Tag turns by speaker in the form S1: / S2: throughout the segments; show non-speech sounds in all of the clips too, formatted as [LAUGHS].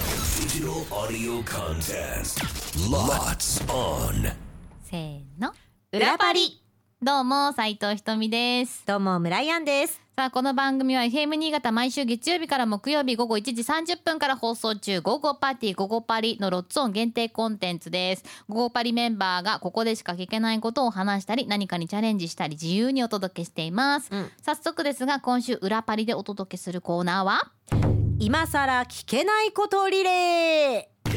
S1: Digital audio contest. Lots on.
S2: せーの裏パリどうも斉藤ひとみです
S3: どうも、ムライアンです。
S2: さあこの番組は FM 新潟毎週月曜日から木曜日午後1時30分から放送中「午後パーティー午後パリ」のロッツオン限定コンテンツです午後パリメンバーがここでしか聞けないことを話したり何かにチャレンジしたり自由にお届けしています、
S3: うん
S2: 早速ですが今週裏パリでお届けするコーナーは
S3: 今さら聞けないことリレー。はい。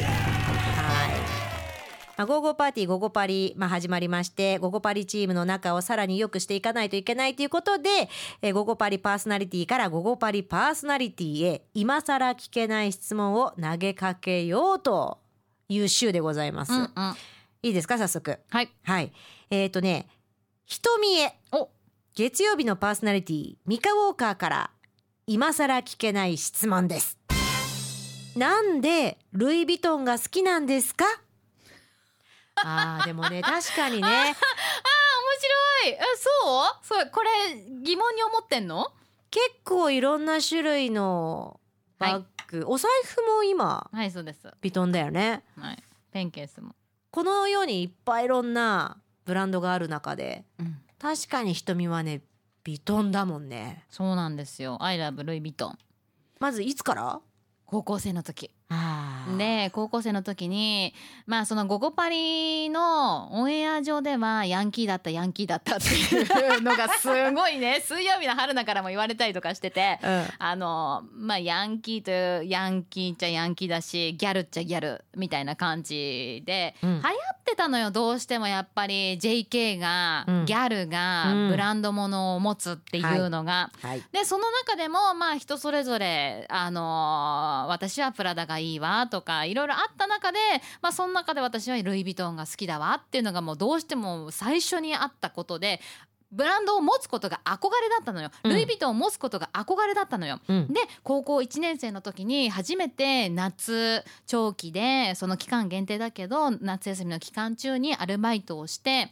S3: まあ、午後パーティー、午後パリ、まあ、始まりまして、午後パリチームの中をさらに良くしていかないといけないということで、えー、午後パリパーソナリティから午後パリパーソナリティへ、今さら聞けない質問を投げかけようという週でございます。
S2: うんうん
S3: いいですか、早速。
S2: はい
S3: はい。えっ、ー、とね、瞳へ。
S2: お
S3: 月曜日のパーソナリティミカ・ウォーカーから今さら聞けない質問ですなんでルイ・ヴィトンが好きなんですかあーで [LAUGHS] もね確かにね
S2: 面白いえそうそうこれ疑問に思ってんの
S3: 結構いろんな種類のバッグ、お財布も今
S2: はいそうです、
S3: ヴィトンだよね
S2: はい、ペンケースも、
S3: このようにいっぱいいろんなブランドがある中で
S2: うん
S3: 確かに瞳はねヴィトンだもんね
S2: そうなんですよ。アイラブルイ・ヴィトン。
S3: まずいつから
S2: 高校生の時
S3: あー
S2: で高校生の時にまあその「ゴゴパリ」のオンエア上ではヤンキーだったヤンキーだったっていうのがすごい
S3: [LAUGHS]
S2: ね水曜日の春菜からも言われたりとかしてて
S3: うん
S2: あのまあヤンキーというヤンキーっちゃヤンキーだしギャルっちゃギャルみたいな感じで
S3: うん
S2: 流行ってたのよどうしてもやっぱり JK が、
S3: うん
S2: ギャル
S3: う
S2: が
S3: ん
S2: ブランド物を持つっていうのが。
S3: はい
S2: でその中でもまあ人それぞれ、あのー私はプラダがいいわとかいろいろあった中で、まあ、その中で私はルイ・ヴィトンが好きだわっていうのがもうどうしても最初にあったことでブランドを持つことが憧れだったのよ、
S3: うん
S2: ルイ・ヴィトンを持つことが憧れだったのよ。
S3: うん
S2: で高校1年生の時に初めて夏長期でその期間限定だけど夏休みの期間中にアルバイトをして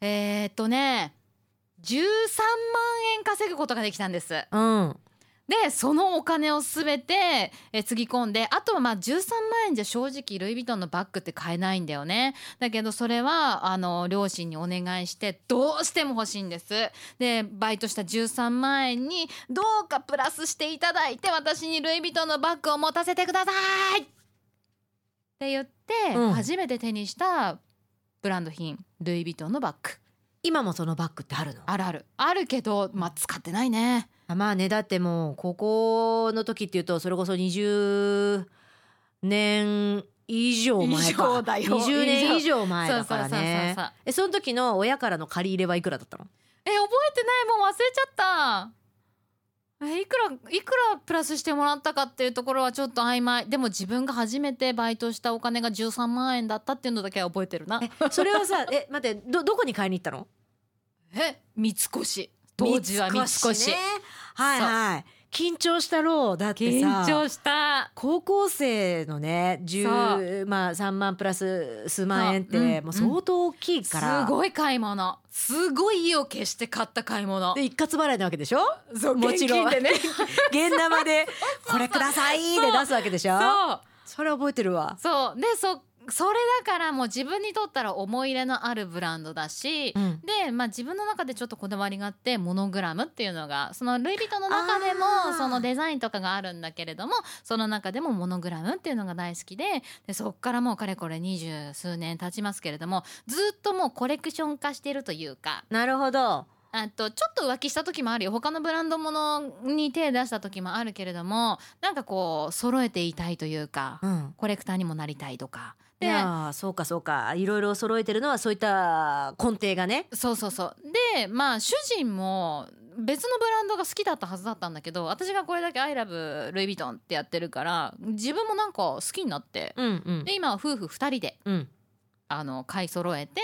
S2: えーっとね13万円稼ぐことができたんです。
S3: うん
S2: でそのお金をすべてえつぎ込んであとはまあ13万円じゃ正直ルイ・ヴィトンのバッグって買えないんだよねだけどそれはあの両親にお願いしてどうしても欲しいんですでバイトした13万円にどうかプラスしていただいて私にルイ・ヴィトンのバッグを持たせてくださいって言って、
S3: うん
S2: 初めて手にしたブランド品ルイ・ヴィトンのバッグ
S3: 今もそのバッグってあるの
S2: あるあるあるけどまあ使ってないね
S3: あまあねだってもう高校の時っていうとそれこそ20年以上前か
S2: 以上だよ
S3: 20年
S2: 以上
S3: 以上前だから
S2: そうそうそう
S3: ね
S2: そうそう
S3: えその時の親からの借り入れはいくらだったの
S2: え覚えてないもう忘れちゃったえいくらいくらプラスしてもらったかっていうところはちょっと曖昧でも自分が初めてバイトしたお金が13万円だったっていうのだけは覚えてるな
S3: えそれはさ [LAUGHS] え待ってどどこに買いに行ったの
S2: え三越当時は三越
S3: ねはいはい緊張したろうだってさ
S2: 緊張した
S3: 高校生のね
S2: そ
S3: 10まあ3万プラス数万円っ
S2: そうう
S3: て
S2: ん
S3: もう相当大きいから、
S2: すごい買い物すごい意を決して買った買い物
S3: で一括払いなわけでしょ
S2: そう
S3: もちろん
S2: 現金でね
S3: 現生 [LAUGHS] で「これください」で出すわけでしょ
S2: [LAUGHS] そう
S3: それ覚えてるわ
S2: そうでそそれだからもう自分にとったら思い入れのあるブランドだし、
S3: うん
S2: で、まあ、自分の中でちょっとこだわりがあってモノグラムっていうのがそのルイ・ヴィトンの中で
S3: あ
S2: も
S3: ー
S2: そのデザインとかがあるんだけれどもその中でもモノグラムっていうのが大好きででそっからもうかれこれ二十数年経ちますけれどもずっともうコレクション化してるというか
S3: なるほど
S2: あとちょっと浮気した時もあるよ他のブランドものに手出した時もあるけれどもなんかこう揃えていたいというか。
S3: うん
S2: コレクターにもなりたいとか。
S3: い
S2: で
S3: やーそうかそうかいろいろ揃えてるのはそういった根底がね
S2: そうそうそうでまあ主人も別のブランドが好きだったはずだったんだけど私がこれだけ「アイラブルイ・ヴィトン」ってやってるから自分もなんか好きになって
S3: うんうん
S2: で今は夫婦2人で
S3: うん
S2: あの買い揃えて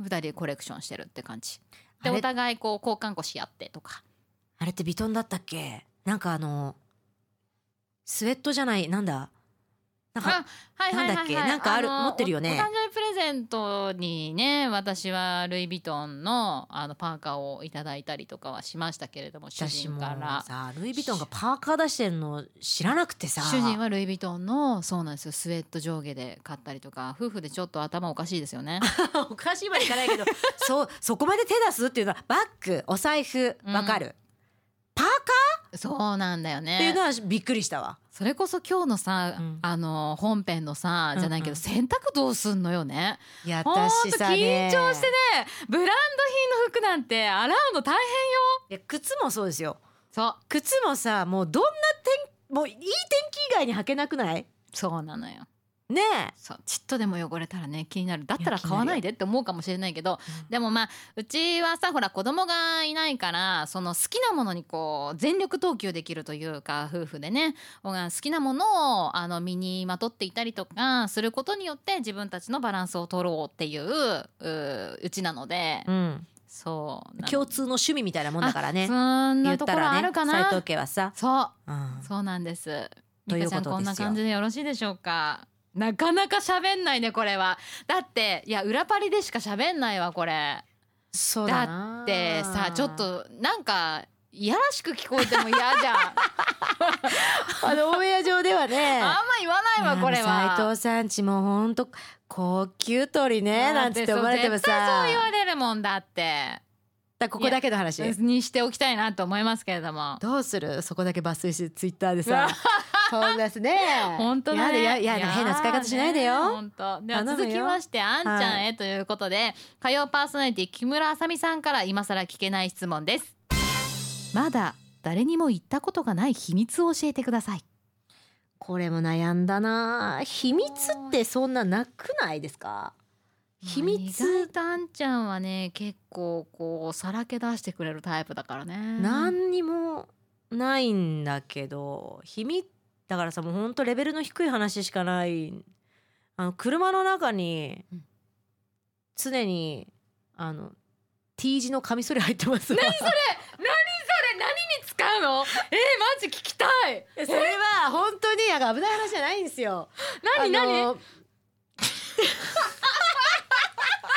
S2: 2人でコレクションしてるって感じで
S3: あれ
S2: お互いこう交換腰し合ってとか
S3: あれってヴィトンだったっけなんかあのスウェットじゃないなんだなんか
S2: あはいはいはい、
S3: なんだっ
S2: はい、
S3: けなんかある
S2: の
S3: 持ってるよ
S2: お
S3: ね
S2: お誕生日プレゼントにね私はルイ・ヴィトンのあのパーカーをいただいたりとかはしましたけれども主
S3: 私
S2: 人
S3: も
S2: から
S3: さルイ・ヴィトンがパーカー出してんの知らなくてさ
S2: 主人はルイ・ヴィトンのそうなんですよスウェット上下で買ったりとか夫婦でちょっと頭おかしいですよね
S3: [LAUGHS] おかしいまでいかないけどそうそこまで手出すっていうのはバッグお財布わかる、パーカ
S2: そうなんだよね
S3: ーっていうのはびっくりしたわ。
S2: それこそ今日のさ、
S3: うん
S2: あの本編のさじゃないけど、
S3: うんうん
S2: 洗濯どうすんのよね
S3: いや
S2: ほんと
S3: 私さ
S2: 緊
S3: ね
S2: 張してねブランド品の服なんて洗うの大変よ
S3: いや靴もそうですよ
S2: そう
S3: 靴もさもうどんな天もういい天気以外に履けなくない
S2: そうなのよ
S3: ね
S2: そうちっとでも汚れたらね気になるだったら買わないでって思うかもしれないけど
S3: うん
S2: でもまあうちはさほら子供がいないからその好きなものにこう全力投球できるというか夫婦でねおが好きなものをあの身にまとっていたりとかすることによって自分たちのバランスを取ろうっていうううちなので、
S3: え、うん、
S2: そうなの
S3: 共通の趣味みたいなもんだからね
S2: そん
S3: 言
S2: な
S3: っ
S2: と
S3: た
S2: ころ
S3: ら
S2: あ
S3: ね
S2: るか
S3: 斎
S2: な、
S3: 藤家はさ、
S2: そう
S3: うん、
S2: そうなんです。
S3: と
S2: ミ
S3: い
S2: カ
S3: う
S2: ちゃ
S3: ことですよ
S2: んこんな感じでよろしいでしょうか。なかなか喋んないねこれは。だっていや裏パリでしか喋んないわこれ。
S3: そうだな
S2: だってさちょっとなんかいやらしく聞こえても嫌じゃん。
S3: [LAUGHS] あのオンエア上では
S2: [LAUGHS]
S3: ね
S2: あんま言わないわこれは。
S3: 斉藤さんちもほんと高級鳥ねなんつって思われて
S2: だ
S3: も
S2: ってそう絶対そう言
S3: さ
S2: われるもんだ
S3: [LAUGHS]
S2: って。
S3: だここだけの話
S2: にしておきたいなと思いますけれども。
S3: どうするそこだけ抜粋してツイッターでさそんですね
S2: [LAUGHS] 本当だね。
S3: やだややだ変な使い方しないで
S2: いやーね
S3: よ
S2: 本当。では
S3: 頼むよ
S2: 続きまして、あんちゃんへということで、火曜パーソナリティ木村あさみさんから今更聞けない質問です。まだ誰にも言ったことがない秘密を教えてください。
S3: これも悩んだな秘密ってそんななくないですか秘密
S2: まあ意外とあんちゃんはね、結構こうさらけ出してくれるタイプだからね。
S3: 何にもないんだけど秘密だからさもうほんとレベルの低い話しかないあの車の中に
S2: うん
S3: 常にあの T 字のカミソリ入ってます [LAUGHS]
S2: それ何に使うの？ [LAUGHS] えー、マジ聞きたい。
S3: それは本当になんか危ない話じゃないんですよ。
S2: 何
S3: あの
S2: 何？
S3: [LAUGHS] 本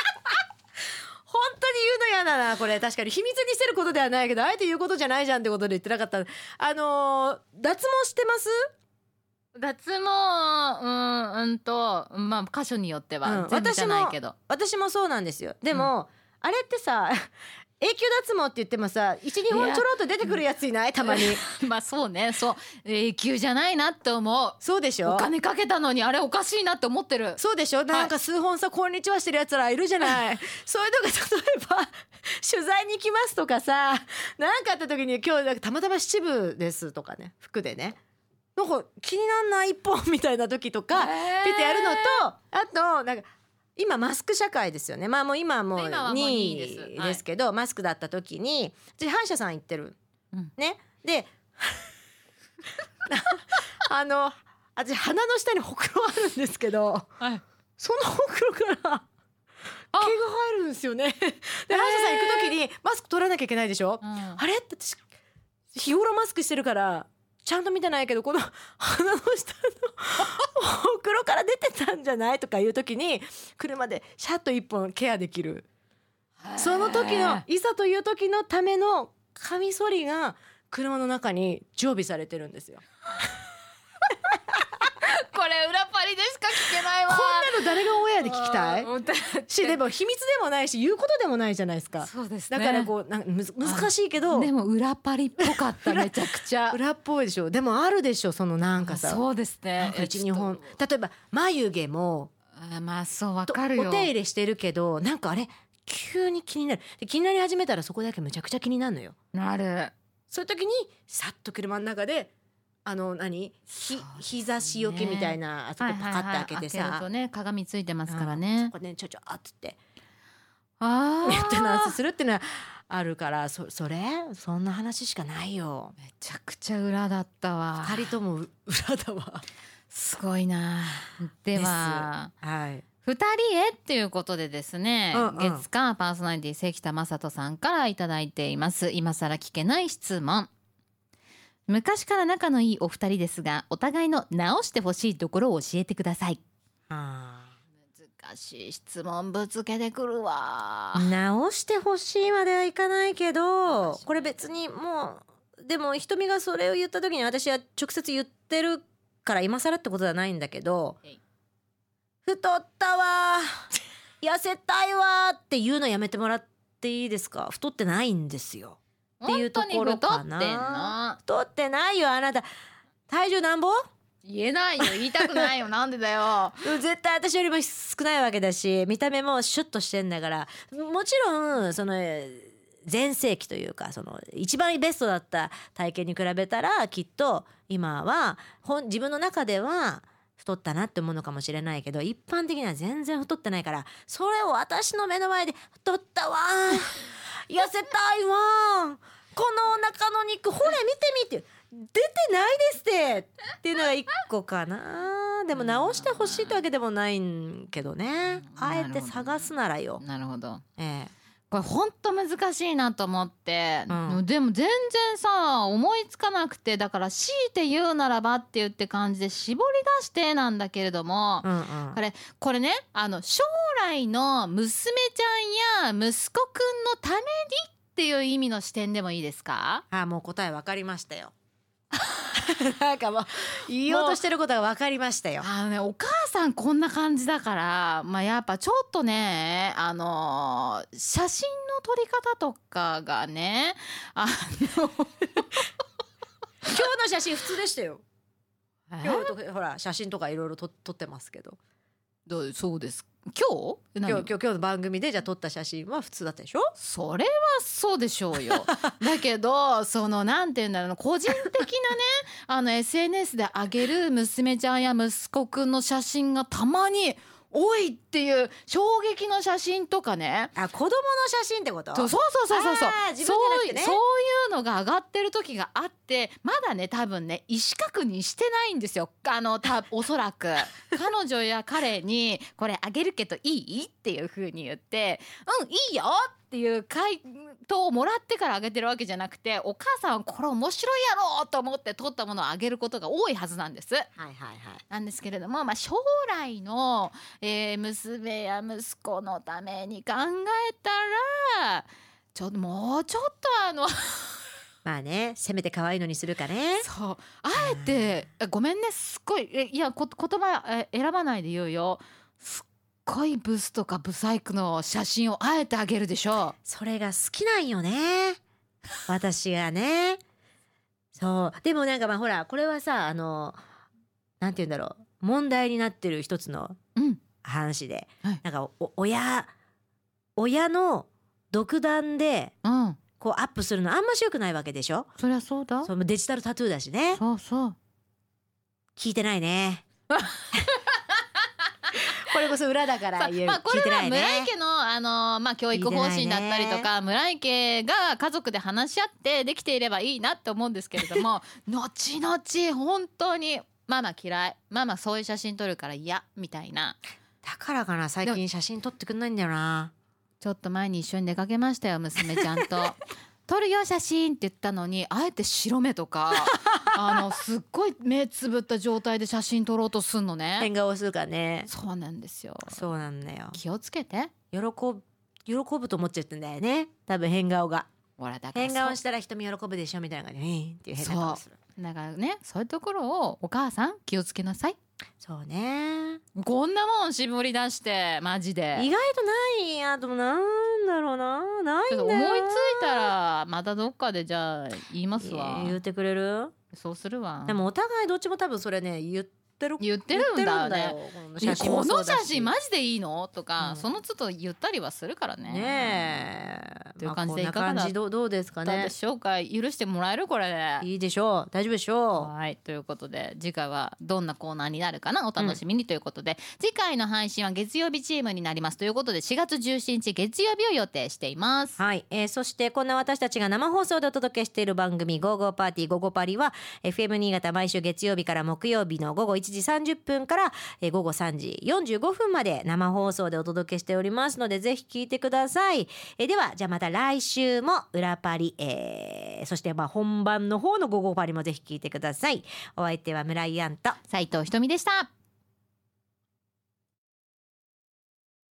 S3: 当に言うの嫌だなこれ確かに秘密にしてることではないけどあえて言うことじゃないじゃんってことで言ってなかったあのー脱毛してます
S2: 脱毛うんうんとまあ箇所によっては、
S3: うん
S2: 全部じゃないけど。
S3: 私もそうなんですよでも、あれってさ [LAUGHS] 永久脱毛って言ってもさ12
S2: い
S3: 本
S2: や
S3: ちょろっと出てくるやついないたまに
S2: [LAUGHS] まあそうねそう永久じゃないなって思う
S3: [LAUGHS] そうでしょ
S2: お金かけたのにあれおかしいなって思ってる
S3: そうでしょなんか数本さ、こんにちはしてるやつらいるじ
S2: [LAUGHS]
S3: ゃないそういうのが例えば取材に行きますとかさなんかあった時に今日なんかたまたま七部ですとかね服でねなんか気になんない一本みたいな時とか
S2: へー
S3: ピッてやるのとあとなんか今マスク社会ですよねまあもう今はもう
S2: 今はもう任意です
S3: 任意ですけど、マスクだった時に私歯医者さん行ってる、
S2: うん
S3: ね
S2: [LAUGHS]
S3: であの私鼻の下にほくろあるんですけど
S2: はい
S3: そのほくろから毛が生えるん [LAUGHS] ですよね。で歯医者さん行く時にマスク取らなきゃいけないでしょ、
S2: うん
S3: あれって私日頃マスクしてるからちゃんと見てないけどこの [LAUGHS] 鼻の下のほくろから出てたんじゃないとかいう時に車でシャッと一本ケアできるその時のいざという時のためのカミソリが車の中に常備されてるんですよ。
S2: これ裏パリでしか聞けないわ
S3: こんなの誰がオンエアで聞きたい
S2: い
S3: しでも秘密でもないし言うことでもないじゃないですか。
S2: そうですね
S3: だからこうなんかむず難しいけど
S2: でも裏パリっぽかっためちゃくちゃ
S3: 裏っぽいでしょでもあるでしょそのなんかさ
S2: そうですね
S3: 12本
S2: えちょっ
S3: 例えば眉毛も
S2: とあまあそうわ
S3: と
S2: かるよ
S3: お手入れしてるけどなんかあれ急に気になるで気になり始めたらそこだけむちゃくちゃ気になるのよ
S2: なる
S3: そういう時にさっと車の中であの何
S2: そ
S3: ひ
S2: うですね
S3: 膝しよけみたいなあそこパカッて開けて
S2: はいはいはい開ける
S3: さ
S2: とね鏡ついてますから
S3: うん
S2: ね
S3: そこでちょちょっつって
S2: ああ
S3: メンテナンスするっていうのはあるからそそれそんな話しかないよ
S2: めちゃくちゃ裏だったわ
S3: 二人とも裏だわ
S2: すごいなでは
S3: はい
S2: 二人へっていうことでですね、
S3: うんうん
S2: 月間パーソナリティ関田正人さんからいただいています今更聞けない質問昔から仲のいいお二人ですがお互いの直してほしいところを教えてください
S3: あ
S2: 難しい質問ぶつけてくるわ
S3: ー直してほしいまではいかないけどこれ別にもうでも瞳がそれを言った時に私は直接言ってるから今更ってことじゃないんだけど
S2: えい
S3: 「太ったわー痩せたいわ」って言うのやめてもらっていいですか太ってないんですよ。っていうところか
S2: 本当に
S3: な
S2: 太ってんな
S3: 太ってないよあなた体重なんぼ
S2: 言えないよ言いたくないよなんでだよ
S3: でも絶対私よりも少ないわけだし見た目もシュッとしてんだからもちろんそのえー全盛期というかその一番ベストだった体験に比べたらきっと今は本自分の中では太ったなって思うのかもしれないけど一般的には全然太ってないからそれを私の目の前で「太ったわ
S2: [LAUGHS]
S3: ー痩せたいわーこのお腹の肉ほれ見てみ」って出てないですってっていうのが一個かなでも直してほしいってわけでもないんけどね
S2: うん
S3: あえて探すならよ、
S2: なるほど
S3: え
S2: これほんと難しいなと思って、
S3: うん
S2: でも全然さ思いつかなくてだから強いて言うならばって言って感じで絞り出してなんだけれども
S3: え、うんうん
S2: これこれねあの将来の娘ちゃんや息子くんのためにっていう意味の視点でもいいですか
S3: あもう答え分かりました [LAUGHS] よなんかもう言おうとしてることが分かりましたよ
S2: あのねお母さんこんな感じだから、まあ、やっぱちょっとねあのー写真の撮り方とかがねあの
S3: 今日の写真普通でしたよ今日とかほら写真とかいろいろ撮撮ってますけど
S2: どうそうです今日
S3: 今日
S2: 何
S3: 今日今日の番組でじゃあ撮った写真は普通だったでしょ
S2: それはそうでしょうよだけどそのなんていうんだろうな個人的なねあの SNS で上げる娘ちゃんや息子くんの写真がたまに多いっていう衝撃の写真とかね
S3: あ子供の写真ってこと
S2: そうそうそうそうそうそう
S3: あー自分じ
S2: そ
S3: ゃなく
S2: うい
S3: て
S2: う
S3: ね
S2: そういうのが上がってる時があってまだね多分ね意思確認してないんですよあの
S3: [LAUGHS]
S2: たおそらく彼女や彼に「これあげるけどいい?」っていう風に言って「うんいいよ!」っていう回答をもらってからあげてるわけじゃなくてお母さんはこれ面白いやろうと思って撮ったものをあげることが多いはずなんです。
S3: はいはいはい
S2: なんですけれども、まあ、将来の、えー娘や息子のために考えたらちょもうちょっとあの
S3: まあねせめて可愛いのにするかね
S2: そう [LAUGHS] あえてえごめんねすっごいえいやこ言葉え選ばないで言うよすっごいブスとかブサイクの写真をあえてあげるでしょ
S3: それが好きなんよね。私がね。そう。でもなんかまあほら、これはさ、あの、なんて言うんだろう。問題になってる一つの
S2: う。うん、
S3: 話で。
S2: はい
S3: なんかお、お親、親の独断で、
S2: うん、
S3: こうアップするのあんまし良くないわけでしょ
S2: そりゃそうだそ
S3: そのデジタルタトゥーだしね。
S2: うそう
S3: 聞いてない [LAUGHS] ね。これこそ裏だから言える。
S2: まあ、こ
S3: 聞
S2: れ
S3: いてな
S2: はい村井
S3: ね。
S2: 家の,、あのまあ、教育方針だったりとか、村井家が家族で話し合ってできていればいいなって思うんですけれど
S3: [LAUGHS]
S2: も後々本当にママ嫌いママそういう写真撮るから嫌みたいな
S3: だからかな、最近写真撮ってくんないんだよな。
S2: ちょっと前に一緒に出かけましたよ娘ちゃんと。
S3: [LAUGHS]
S2: 撮るよ写真って言ったのにあえて白目と
S3: [LAUGHS]
S2: かあのすっごい目つぶった状態で写真撮ろうとすんのね
S3: 変顔するからね。
S2: そうなんですよ
S3: そうなんだよ。
S2: 気をつけて
S3: 喜ぶ喜ぶと思っちゃってんだよね。多分変顔が
S2: ほらだから
S3: 変顔したら瞳喜ぶでしょみたいな感じで、えーっていう変な顔する。
S2: だからねそういうところをお母さん気をつけなさい
S3: そうね。
S2: こんなもん絞り出してマジ
S3: 意
S2: で
S3: 外とないやでもなんだろうなない
S2: ちょ
S3: ん
S2: っ
S3: だ
S2: と
S3: よ。
S2: 思いついたらまたどっかでじゃあ言いますわ
S3: いや言ってくれる？
S2: そうするわ
S3: でもお互いどっちも多分それね言ってる。
S2: 言ってるんだよね
S3: 言ってるんだよこの
S2: いや
S3: 写真も
S2: こ
S3: そう
S2: の
S3: だ
S2: 写
S3: し
S2: 真マジでいいのとか、
S3: うん
S2: その都度言ったりはするからね
S3: ねえ。
S2: という感じで
S3: まあこん
S2: かが
S3: ない
S2: だ
S3: 感じどうどうですか
S2: どう
S3: ね
S2: で。しょうか許してもらえるこれ
S3: いいでしょう。大丈夫でしょ
S2: はいということで次回はどんなコーナーになるかなお楽しみにということで、次回の配信は月曜日チームになりますということで4月17日月曜日を予定しています
S3: う。はい、えー、そしてこんな私たちが生放送でお届けしている番組「ゴーゴーパーティーゴーゴーパリ」は FM 新潟毎週月曜日から木曜日の午後1時30分から、えー午後3時45分まで生放送でお届けしておりますのでぜひ聞いてください、えーではじゃあまたあ来週も裏パリ、えーそしてまあ本番の方の午後パリもぜひ聞いてくださいお相手は村井アンと
S2: 斉藤ひとみでした